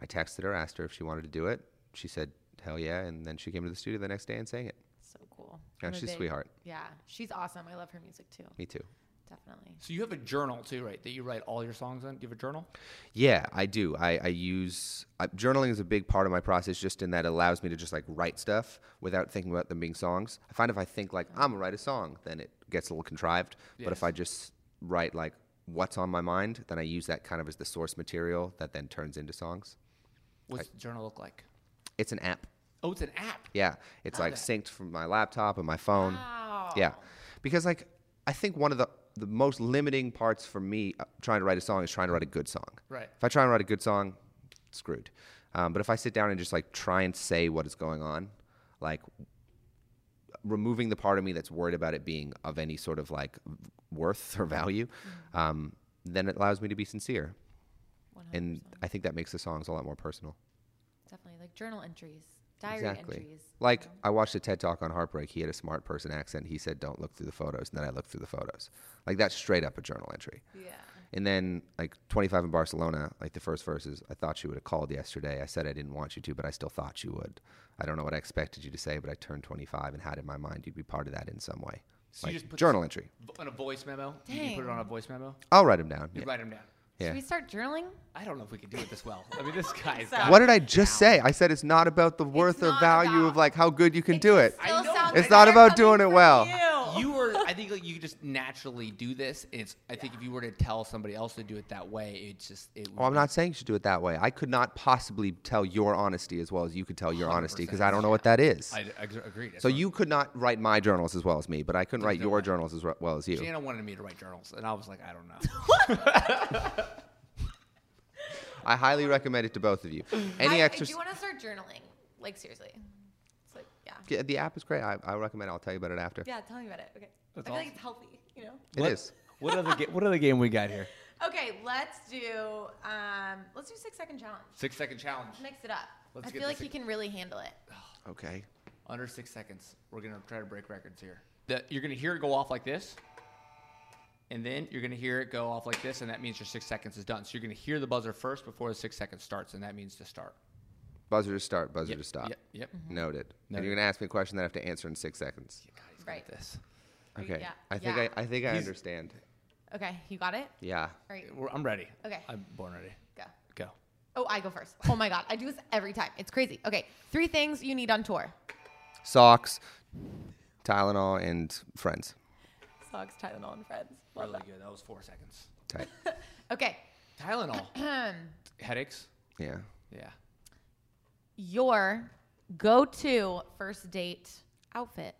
Speaker 6: I texted her, asked her if she wanted to do it. She said, hell yeah. And then she came to the studio the next day and sang it.
Speaker 7: So cool.
Speaker 6: Yeah,
Speaker 7: I'm
Speaker 6: she's a sweetheart.
Speaker 7: Yeah, she's awesome. I love her music too.
Speaker 6: Me too.
Speaker 7: Definitely.
Speaker 5: So you have a journal too, right? That you write all your songs on. Do you have a journal?
Speaker 6: Yeah, I do. I, I use uh, journaling is a big part of my process, just in that it allows me to just like write stuff without thinking about them being songs. I find if I think like I'm gonna write a song, then it gets a little contrived. But if I just write like what's on my mind, then I use that kind of as the source material that then turns into songs.
Speaker 5: What's the journal look like?
Speaker 6: It's an app.
Speaker 5: Oh, it's an app.
Speaker 6: Yeah, it's like synced from my laptop and my phone. Yeah, because like I think one of the the most limiting parts for me uh, trying to write a song is trying to write a good song.
Speaker 5: Right.
Speaker 6: If I try and write a good song, screwed. Um, but if I sit down and just like try and say what is going on, like removing the part of me that's worried about it being of any sort of like v- worth or value,
Speaker 7: Mm.
Speaker 6: um, then it allows me to be sincere. And I think that makes the songs a lot more personal.
Speaker 7: Definitely. Like journal entries, diary entries.
Speaker 6: Like I watched a TED talk on heartbreak. He had a smart person accent. He said, "Don't look through the photos." And then I looked through the photos. Like that's straight up a journal entry.
Speaker 7: Yeah.
Speaker 6: And then like 25 in Barcelona, like the first verses, I thought you would have called yesterday. I said I didn't want you to, but I still thought you would. I don't know what I expected you to say, but I turned 25 and had in my mind you'd be part of that in some way.
Speaker 5: you
Speaker 6: like,
Speaker 5: just put
Speaker 6: journal entry.
Speaker 5: V- On a voice memo. You can put it on a voice memo.
Speaker 6: I'll write them down.
Speaker 5: You
Speaker 6: Yeah.
Speaker 5: write them down.
Speaker 6: Yeah.
Speaker 7: Should we start journaling?
Speaker 5: I don't know if we can do it this well. I mean, this guy's got
Speaker 6: What did I just say? I said it's not about the worth or
Speaker 7: not
Speaker 6: value
Speaker 7: about-
Speaker 6: of like how good you can do it.
Speaker 7: Still
Speaker 5: know.
Speaker 7: sounds
Speaker 6: It's not
Speaker 7: better
Speaker 6: about
Speaker 7: coming
Speaker 6: doing it
Speaker 7: from
Speaker 6: well.
Speaker 7: you.
Speaker 5: you were i think like, you just naturally do this it's i think if you were to tell somebody else to do it that way it's just it would
Speaker 6: Well, Oh, I'm
Speaker 5: be-
Speaker 6: not saying you should do it that way. I could not possibly tell your honesty as well as you could tell your honesty because I don't know what that is.
Speaker 5: i, I agree
Speaker 6: so you could not write my journals as well as me, but I couldn't write
Speaker 5: no
Speaker 6: your
Speaker 5: way.
Speaker 6: journals as re- well as you.
Speaker 5: Jana wanted me to write journals, and I was like, I don't know.
Speaker 6: I highly recommend it to both of you. Any
Speaker 7: Mm. I, I
Speaker 6: exercise?
Speaker 7: do want to start journaling. Like seriously. It's like yeah.
Speaker 6: Yeah, the app is great. I, I recommend. it. I'll tell you about it after.
Speaker 7: Yeah. Tell me about it. Okay. I feel like it's healthy. You know.
Speaker 6: It is.
Speaker 5: what other ga- what other game we got here?
Speaker 7: Okay. Let's do um. Let's do six second challenge.
Speaker 5: Six second challenge.
Speaker 7: Mix it up.
Speaker 5: Let's
Speaker 7: I
Speaker 5: get
Speaker 7: feel
Speaker 5: the
Speaker 7: like he
Speaker 5: six-
Speaker 7: can really handle it.
Speaker 6: Okay.
Speaker 5: Under six seconds. We're gonna try to break records here. The, you're gonna hear it go off like this, and then you're gonna hear it go off like this, and that means your six seconds is done. So you're gonna hear the buzzer first before the six seconds starts, and that means to start.
Speaker 6: Buzzer to start. Buzzer to stop.
Speaker 5: Yep. Yep.
Speaker 7: Mm.
Speaker 6: Noted. And
Speaker 5: Noted.
Speaker 6: you're gonna ask me a question that I have to answer in six seconds.
Speaker 5: God, he's
Speaker 7: Right.
Speaker 5: got this.
Speaker 6: Okay.
Speaker 7: yeah.
Speaker 6: I think
Speaker 7: Yeah.
Speaker 6: I, I think I understand.
Speaker 7: Okay. You got it.
Speaker 6: Yeah.
Speaker 7: All right.
Speaker 5: We're, I'm ready.
Speaker 7: Okay.
Speaker 5: I'm born ready.
Speaker 7: Go.
Speaker 5: Go.
Speaker 7: Oh, I go first. Oh my god, I do this every time. It's crazy. Okay. Three things you need on tour.
Speaker 6: Socks, Tylenol, and friends.
Speaker 7: Socks, Tylenol, and friends. Love
Speaker 5: Really good. That was four seconds.
Speaker 6: Tight.
Speaker 7: that. Okay. um,
Speaker 5: Tylenol. Headaches.
Speaker 6: yeah.
Speaker 5: Yeah.
Speaker 7: Your go-to first date outfit.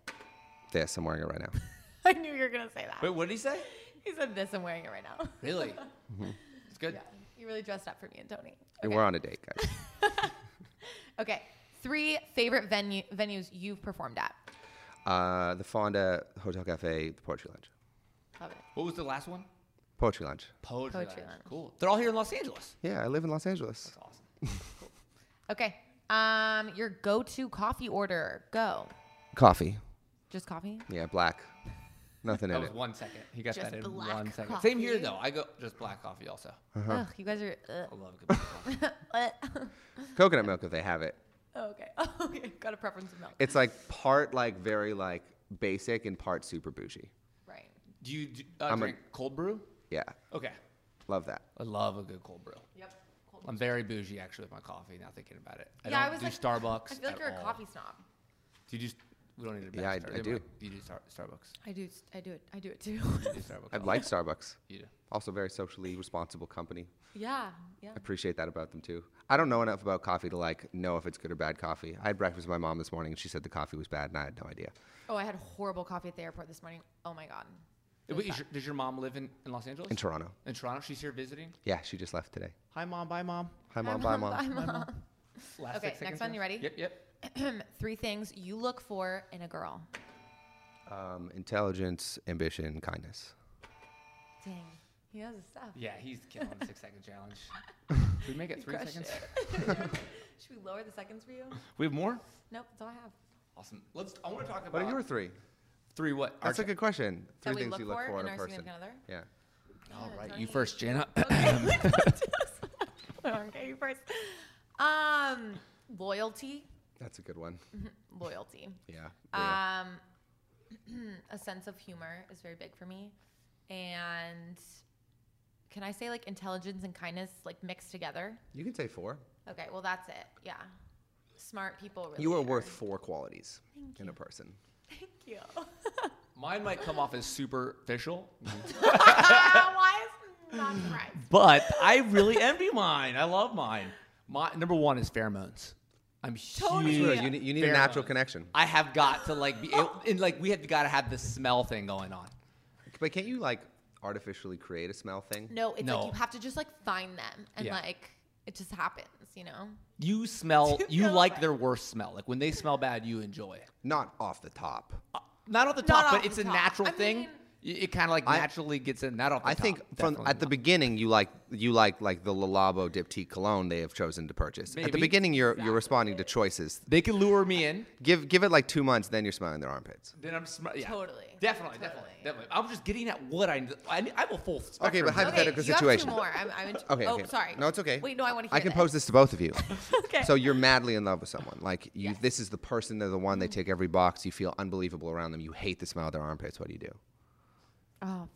Speaker 6: This. I'm wearing it right now.
Speaker 7: I knew you were gonna say that.
Speaker 5: Wait, what did he say?
Speaker 7: He said this. I'm wearing it right now.
Speaker 5: Really?
Speaker 7: Mm-hmm.
Speaker 5: It's good.
Speaker 7: You really dressed up for me and Tony.
Speaker 6: And we're on a date, guys.
Speaker 7: Okay. Three favorite venue venues you've performed at.
Speaker 6: Uh, the Fonda Hotel Cafe, the Poetry Lounge.
Speaker 7: Love it.
Speaker 5: What was the last one?
Speaker 6: Poetry Lounge.
Speaker 5: Poetry.
Speaker 7: Poetry
Speaker 5: Lounge.
Speaker 7: Lounge.
Speaker 5: Cool. They're all here in Los Angeles.
Speaker 6: Yeah, I live in Los Angeles.
Speaker 5: Awesome.
Speaker 7: Okay. Um, your go-to coffee order. Go.
Speaker 6: Coffee.
Speaker 7: Just coffee.
Speaker 6: Yeah, black. Nothing
Speaker 5: That
Speaker 6: in
Speaker 5: was
Speaker 6: it.
Speaker 5: one second. He got
Speaker 7: Just
Speaker 5: that in
Speaker 7: black
Speaker 5: one second.
Speaker 7: coffee.
Speaker 5: Same here though. I go just black coffee also.
Speaker 7: Ugh, you guys are.
Speaker 5: I
Speaker 7: Uh,
Speaker 5: love a good black coffee.
Speaker 6: Coconut milk if they have it.
Speaker 7: oh, okay. okay. Got a preference of milk.
Speaker 6: It's like part like very like basic and part super bougie.
Speaker 7: right.
Speaker 5: Do you do, uh,
Speaker 6: I'm a-
Speaker 5: drink cold brew?
Speaker 6: Yeah,
Speaker 5: Okay.
Speaker 6: love that.
Speaker 5: I love a good cold brew.
Speaker 7: Yep. Cold
Speaker 5: I'm very bougie actually with my coffee. Now thinking about it, I
Speaker 7: yeah,
Speaker 5: don't
Speaker 7: I was
Speaker 5: do
Speaker 7: like
Speaker 5: Starbucks.
Speaker 7: I feel like
Speaker 5: at
Speaker 7: you're
Speaker 5: all.
Speaker 7: a coffee snob.
Speaker 5: Do you just? We don't need to.
Speaker 6: Yeah, I-
Speaker 5: backstar-
Speaker 6: I
Speaker 5: never
Speaker 6: do.
Speaker 5: mind. You do Star- Starbucks.
Speaker 7: I do. I do it. I do it too.
Speaker 5: You do Starbucks.
Speaker 6: I
Speaker 5: also.
Speaker 6: like Starbucks.
Speaker 5: You do.
Speaker 6: Also very socially responsible company.
Speaker 7: yeah. Yeah.
Speaker 6: I appreciate that about them too. I don't know enough about coffee to like know if it's good or bad coffee. I had breakfast with my mom this morning and she said the coffee was bad and I had no idea.
Speaker 7: Oh, I had horrible coffee at the airport this morning. Oh my god.
Speaker 5: Uh, wait, is your, does your mom live in, in Los Angeles?
Speaker 6: In Toronto.
Speaker 5: In Toronto, she's here visiting.
Speaker 6: Yeah, she just left today.
Speaker 5: Hi, mom. Bye, mom.
Speaker 6: Hi mom, bye mom.
Speaker 5: Last
Speaker 7: Okay,
Speaker 5: six seconds
Speaker 7: next one,
Speaker 5: left.
Speaker 7: you ready?
Speaker 5: Yep, yep.
Speaker 7: Three things you look for in a girl.
Speaker 6: Um, intelligence, ambition, kindness.
Speaker 7: Dang, he has his stuff.
Speaker 5: Yeah, he's killing the six second challenge. Should we make it three
Speaker 7: crushed
Speaker 5: seconds?
Speaker 7: Should we lower the seconds for you?
Speaker 5: We have more.
Speaker 7: Nope, that's all I have.
Speaker 5: Awesome. Let's. I want to talk about
Speaker 6: What are your three?
Speaker 5: three. What?
Speaker 6: That's a good question. Three
Speaker 7: That we
Speaker 6: things
Speaker 7: look
Speaker 6: you look
Speaker 7: for
Speaker 6: for in
Speaker 7: in
Speaker 6: a
Speaker 7: our
Speaker 6: person.
Speaker 7: significant other?
Speaker 6: Yeah.
Speaker 5: All Oh, right,
Speaker 7: Tony.
Speaker 5: you first, Jana.
Speaker 7: okay, you first. Um, loyalty,
Speaker 6: That's a good one.
Speaker 7: loyalty.
Speaker 6: Yeah. Oh, yeah.
Speaker 7: Um, a sense of humor is very big for me, and can I say like intelligence and kindness like mixed together?
Speaker 6: you can say four.
Speaker 7: Okay, well that's it. Yeah, smart people. Really
Speaker 6: You are
Speaker 7: are
Speaker 6: worth four qualities in a person.
Speaker 7: Thank you.
Speaker 5: Mine might come off as superficial,
Speaker 7: Ah, why is not surprised?
Speaker 5: but I really envy mine. I love mine. My number one is pheromones. I'm
Speaker 7: Totally.
Speaker 5: huge.
Speaker 6: Really, You need, you need a
Speaker 5: Pheromones.
Speaker 6: natural connection.
Speaker 5: I have got to like be, able- and like we have got to have the smell thing going on.
Speaker 6: But can't you like artificially create a smell thing?
Speaker 7: No, it's
Speaker 5: No.
Speaker 7: like you have to just like find them and
Speaker 5: Yeah.
Speaker 7: like it just happens, you know?
Speaker 5: You smell. You
Speaker 7: No
Speaker 5: like
Speaker 7: way.
Speaker 5: their worst smell. Like when they smell bad, you enjoy it.
Speaker 6: Not off the top.
Speaker 5: Uh, Not off the
Speaker 7: Not
Speaker 5: top, but
Speaker 7: off
Speaker 5: it's
Speaker 7: the
Speaker 5: a
Speaker 7: top.
Speaker 5: natural
Speaker 7: I
Speaker 5: thing.
Speaker 7: mean-
Speaker 5: Y- it kind of like
Speaker 6: I-
Speaker 5: naturally gets in. Not off the
Speaker 6: I
Speaker 5: top.
Speaker 6: think from
Speaker 5: definitely
Speaker 6: at the
Speaker 5: not.
Speaker 6: beginning you like you like like the Lalabo Diptyque cologne they have chosen to purchase. At the
Speaker 5: Maybe.
Speaker 6: beginning you're you're responding to choices.
Speaker 5: they can lure me in.
Speaker 6: Give give it like two months, then you're smelling their armpits.
Speaker 5: Then I'm sm- yeah.
Speaker 7: Totally.
Speaker 5: Definitely,
Speaker 7: Totally.
Speaker 5: definitely, definitely. I'm just getting at what I I, need- I have a full spectrum.
Speaker 6: but
Speaker 5: here.
Speaker 6: hypo- Hypothetical
Speaker 7: okay,
Speaker 6: situation.
Speaker 7: You have two more. I'm, I'm int-
Speaker 6: Okay.
Speaker 7: oh,
Speaker 6: okay.
Speaker 7: sorry.
Speaker 6: No, it's okay.
Speaker 7: Wait, no, I want to hear
Speaker 6: I can
Speaker 7: this.
Speaker 6: pose this to both of you.
Speaker 7: Okay.
Speaker 6: So you're madly in love with someone. Like you, this is the person. They're the one. They
Speaker 7: Mm-hmm.
Speaker 6: take every box. You feel unbelievable around them. You hate the smell of their armpits. What do you do?
Speaker 7: Oh,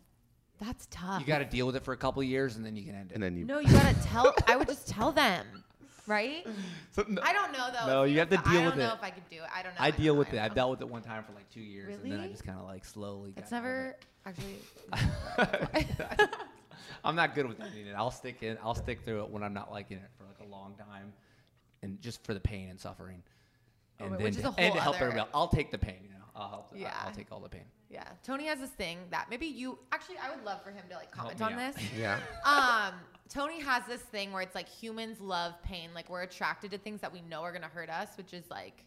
Speaker 7: that's tough.
Speaker 5: you got to deal with it for a couple of years and then you can end it.
Speaker 6: And then you.
Speaker 7: no, you gotta tell. I would just tell them, right? I don't know though.
Speaker 5: No,
Speaker 7: if-
Speaker 5: you have to
Speaker 7: if-
Speaker 5: deal with
Speaker 7: I don't know
Speaker 5: it.
Speaker 7: if I could do it. I don't know.
Speaker 5: I
Speaker 7: don't
Speaker 5: deal
Speaker 7: know,
Speaker 5: with
Speaker 7: I
Speaker 5: it. I've
Speaker 7: don't know.
Speaker 5: dealt with it one time for like two years, and then I
Speaker 7: Really?
Speaker 5: just kind of like slowly.
Speaker 7: It's
Speaker 5: got over
Speaker 7: never
Speaker 5: it.
Speaker 7: actually.
Speaker 5: I'm not good with ending it. I'll stick in. I'll stick through it when I'm not liking it for like a long time, and just for the pain and suffering, and
Speaker 7: Oh, wait,
Speaker 5: then
Speaker 7: which is
Speaker 5: to,
Speaker 7: a whole
Speaker 5: and to help
Speaker 7: other-
Speaker 5: everybody. else. I'll take the pain. You know, I'll help. I-
Speaker 7: Yeah.
Speaker 5: I'll take all the pain.
Speaker 7: Yeah, Tony has this thing that maybe you actually. I would love for him to like
Speaker 5: Help
Speaker 7: comment
Speaker 5: me
Speaker 7: on
Speaker 5: out.
Speaker 7: this.
Speaker 6: Yeah.
Speaker 7: um tony has this thing where it's like humans love pain like we're attracted to things that we know are going to hurt us which is like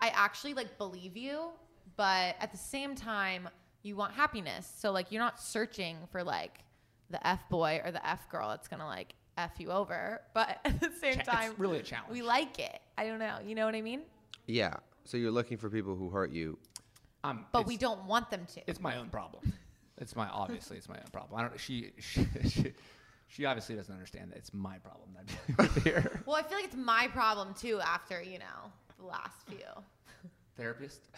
Speaker 7: i actually like believe you but at the same time you want happiness so like you're not searching for like the f boy or the f girl that's going to like f you over but at the same
Speaker 5: Cha- it's
Speaker 7: time
Speaker 5: really a challenge.
Speaker 7: we like it i don't know you know what i mean
Speaker 6: Yeah. So you're looking for people who hurt you.
Speaker 5: Um,
Speaker 7: but
Speaker 5: it's-
Speaker 7: we don't want them to
Speaker 5: It's my own problem. It's my obviously it's my own problem. I don't. She she she, she obviously doesn't understand that it's my problem. That I'm dealing with here.
Speaker 7: well i feel like it's my problem too after you know the last few
Speaker 5: Therapist.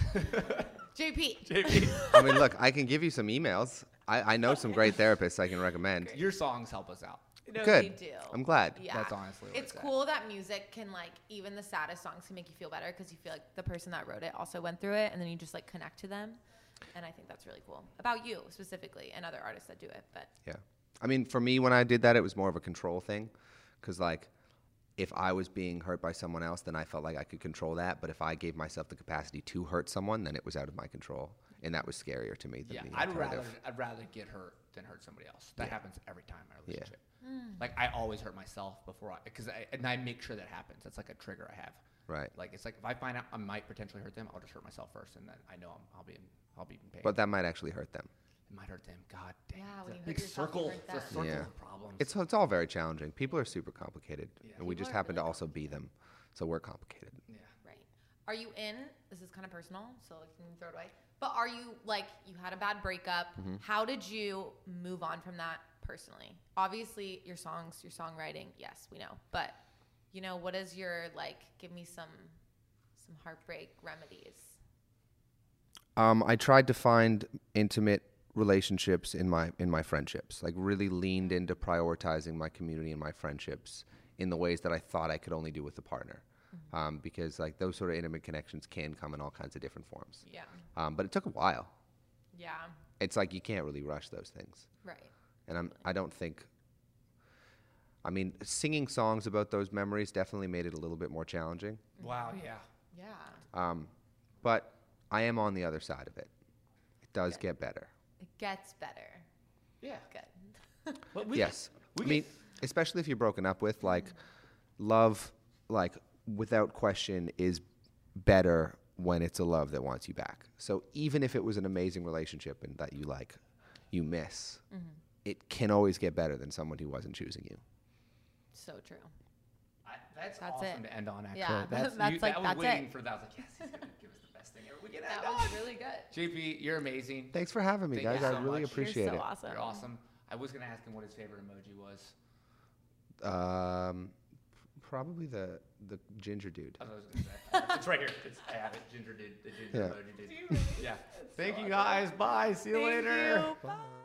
Speaker 7: jp
Speaker 6: I mean, look, I can give you some emails. I, I know some great therapists I can recommend.
Speaker 5: Your songs help us out.
Speaker 7: No,
Speaker 6: Good.
Speaker 7: they do.
Speaker 6: I'm glad.
Speaker 7: Yeah.
Speaker 5: That's honestly what
Speaker 7: It's
Speaker 5: it's at.
Speaker 7: cool that music can like even the saddest songs can make you feel better because you feel like the person that wrote it also went through it and then you just like connect to them. And I think that's really cool. About you specifically and other artists that do it. But
Speaker 6: Yeah. I mean, for me, when I did that, it was more of a control thing. Because, like, if I was being hurt by someone else, then I felt like I could control that. But if I gave myself the capacity to hurt someone, then it was out of my control. And that was scarier to me than
Speaker 5: Yeah,
Speaker 6: the
Speaker 5: I'd
Speaker 6: alternative.
Speaker 5: rather I'd rather get hurt than hurt somebody else. That happens every time in a relationship.
Speaker 7: Mm.
Speaker 5: Like I always hurt myself before I because I and I make sure that happens. That's like a trigger I have.
Speaker 6: Right.
Speaker 5: Like it's like if I find out I might potentially hurt them, I'll just hurt myself first, and then I know I'm, I'll be in, I'll be in pain.
Speaker 6: But that might actually hurt them.
Speaker 5: it might hurt them. God damn.
Speaker 7: Yeah,
Speaker 5: it's a
Speaker 7: when you hurt
Speaker 5: big
Speaker 7: yourself, you
Speaker 5: circle.
Speaker 7: hurt
Speaker 5: It's a
Speaker 7: them.
Speaker 5: circle
Speaker 6: Yeah.
Speaker 5: of problems.
Speaker 6: It's it's all very challenging. People are super complicated, and we
Speaker 7: People
Speaker 6: just
Speaker 7: are
Speaker 6: happen to
Speaker 7: really
Speaker 6: also be them, so we're complicated.
Speaker 5: yeah.
Speaker 7: Right. Are you in? This is kind of personal, so like, you can throw it away. But are you like you had a bad breakup?
Speaker 6: Mm-hmm.
Speaker 7: How did you move on from that personally? Obviously, your songs, your songwriting, yes, we know. But you know, what is your like? Give me some some heartbreak remedies.
Speaker 6: Um, I tried to find intimate relationships in my in my friendships. Like really leaned into prioritizing my community and my friendships in the ways that I thought I could only do with a partner, um, because like those sort of intimate connections can come in all kinds of different forms.
Speaker 7: Yeah.
Speaker 6: Um, but it took a while.
Speaker 7: Yeah.
Speaker 6: It's like you can't really rush those things.
Speaker 7: Right.
Speaker 6: and I'm I don't think. I mean, singing songs about those memories definitely made it a little bit more challenging,
Speaker 5: Wow.
Speaker 7: Mm-hmm.
Speaker 5: Yeah.
Speaker 7: Yeah.
Speaker 6: but I am on the other side of it. It does get better.
Speaker 7: It gets better.
Speaker 5: Yeah.
Speaker 7: Good.
Speaker 5: But we,
Speaker 6: yes,
Speaker 5: we
Speaker 6: I mean, especially if you're broken up with, like, love, like without question, is better when it's a love that wants you back. So even if it was an amazing relationship and that you like, you miss,
Speaker 5: Mm-hmm.
Speaker 6: it can always get better than someone who wasn't choosing you.
Speaker 7: So true.
Speaker 5: I, that's,
Speaker 7: That's
Speaker 5: awesome
Speaker 7: it.
Speaker 5: to end on. Actually,
Speaker 7: Yeah,
Speaker 5: that's,
Speaker 7: that's
Speaker 5: you,
Speaker 7: like-
Speaker 5: I was
Speaker 7: that's
Speaker 5: waiting
Speaker 7: it.
Speaker 5: for that. I was like, yes, he's gonna give us the best thing ever. We can end
Speaker 7: That
Speaker 5: on.
Speaker 7: was really good.
Speaker 5: JP, you're amazing.
Speaker 6: Thanks for having me,
Speaker 5: Thank you
Speaker 6: guys.
Speaker 5: so
Speaker 6: I really
Speaker 5: much. You're
Speaker 6: appreciate
Speaker 3: so
Speaker 6: it.
Speaker 3: awesome.
Speaker 5: You're awesome. I was gonna ask him what his favorite emoji was.
Speaker 6: Um, probably the the ginger dude.
Speaker 5: That's what I was gonna say. it's right here. It's, I have it. Ginger did the ginger
Speaker 6: Yeah.
Speaker 5: emoji did. Yeah. Thank you guys. Bye. See you later.
Speaker 6: Bye.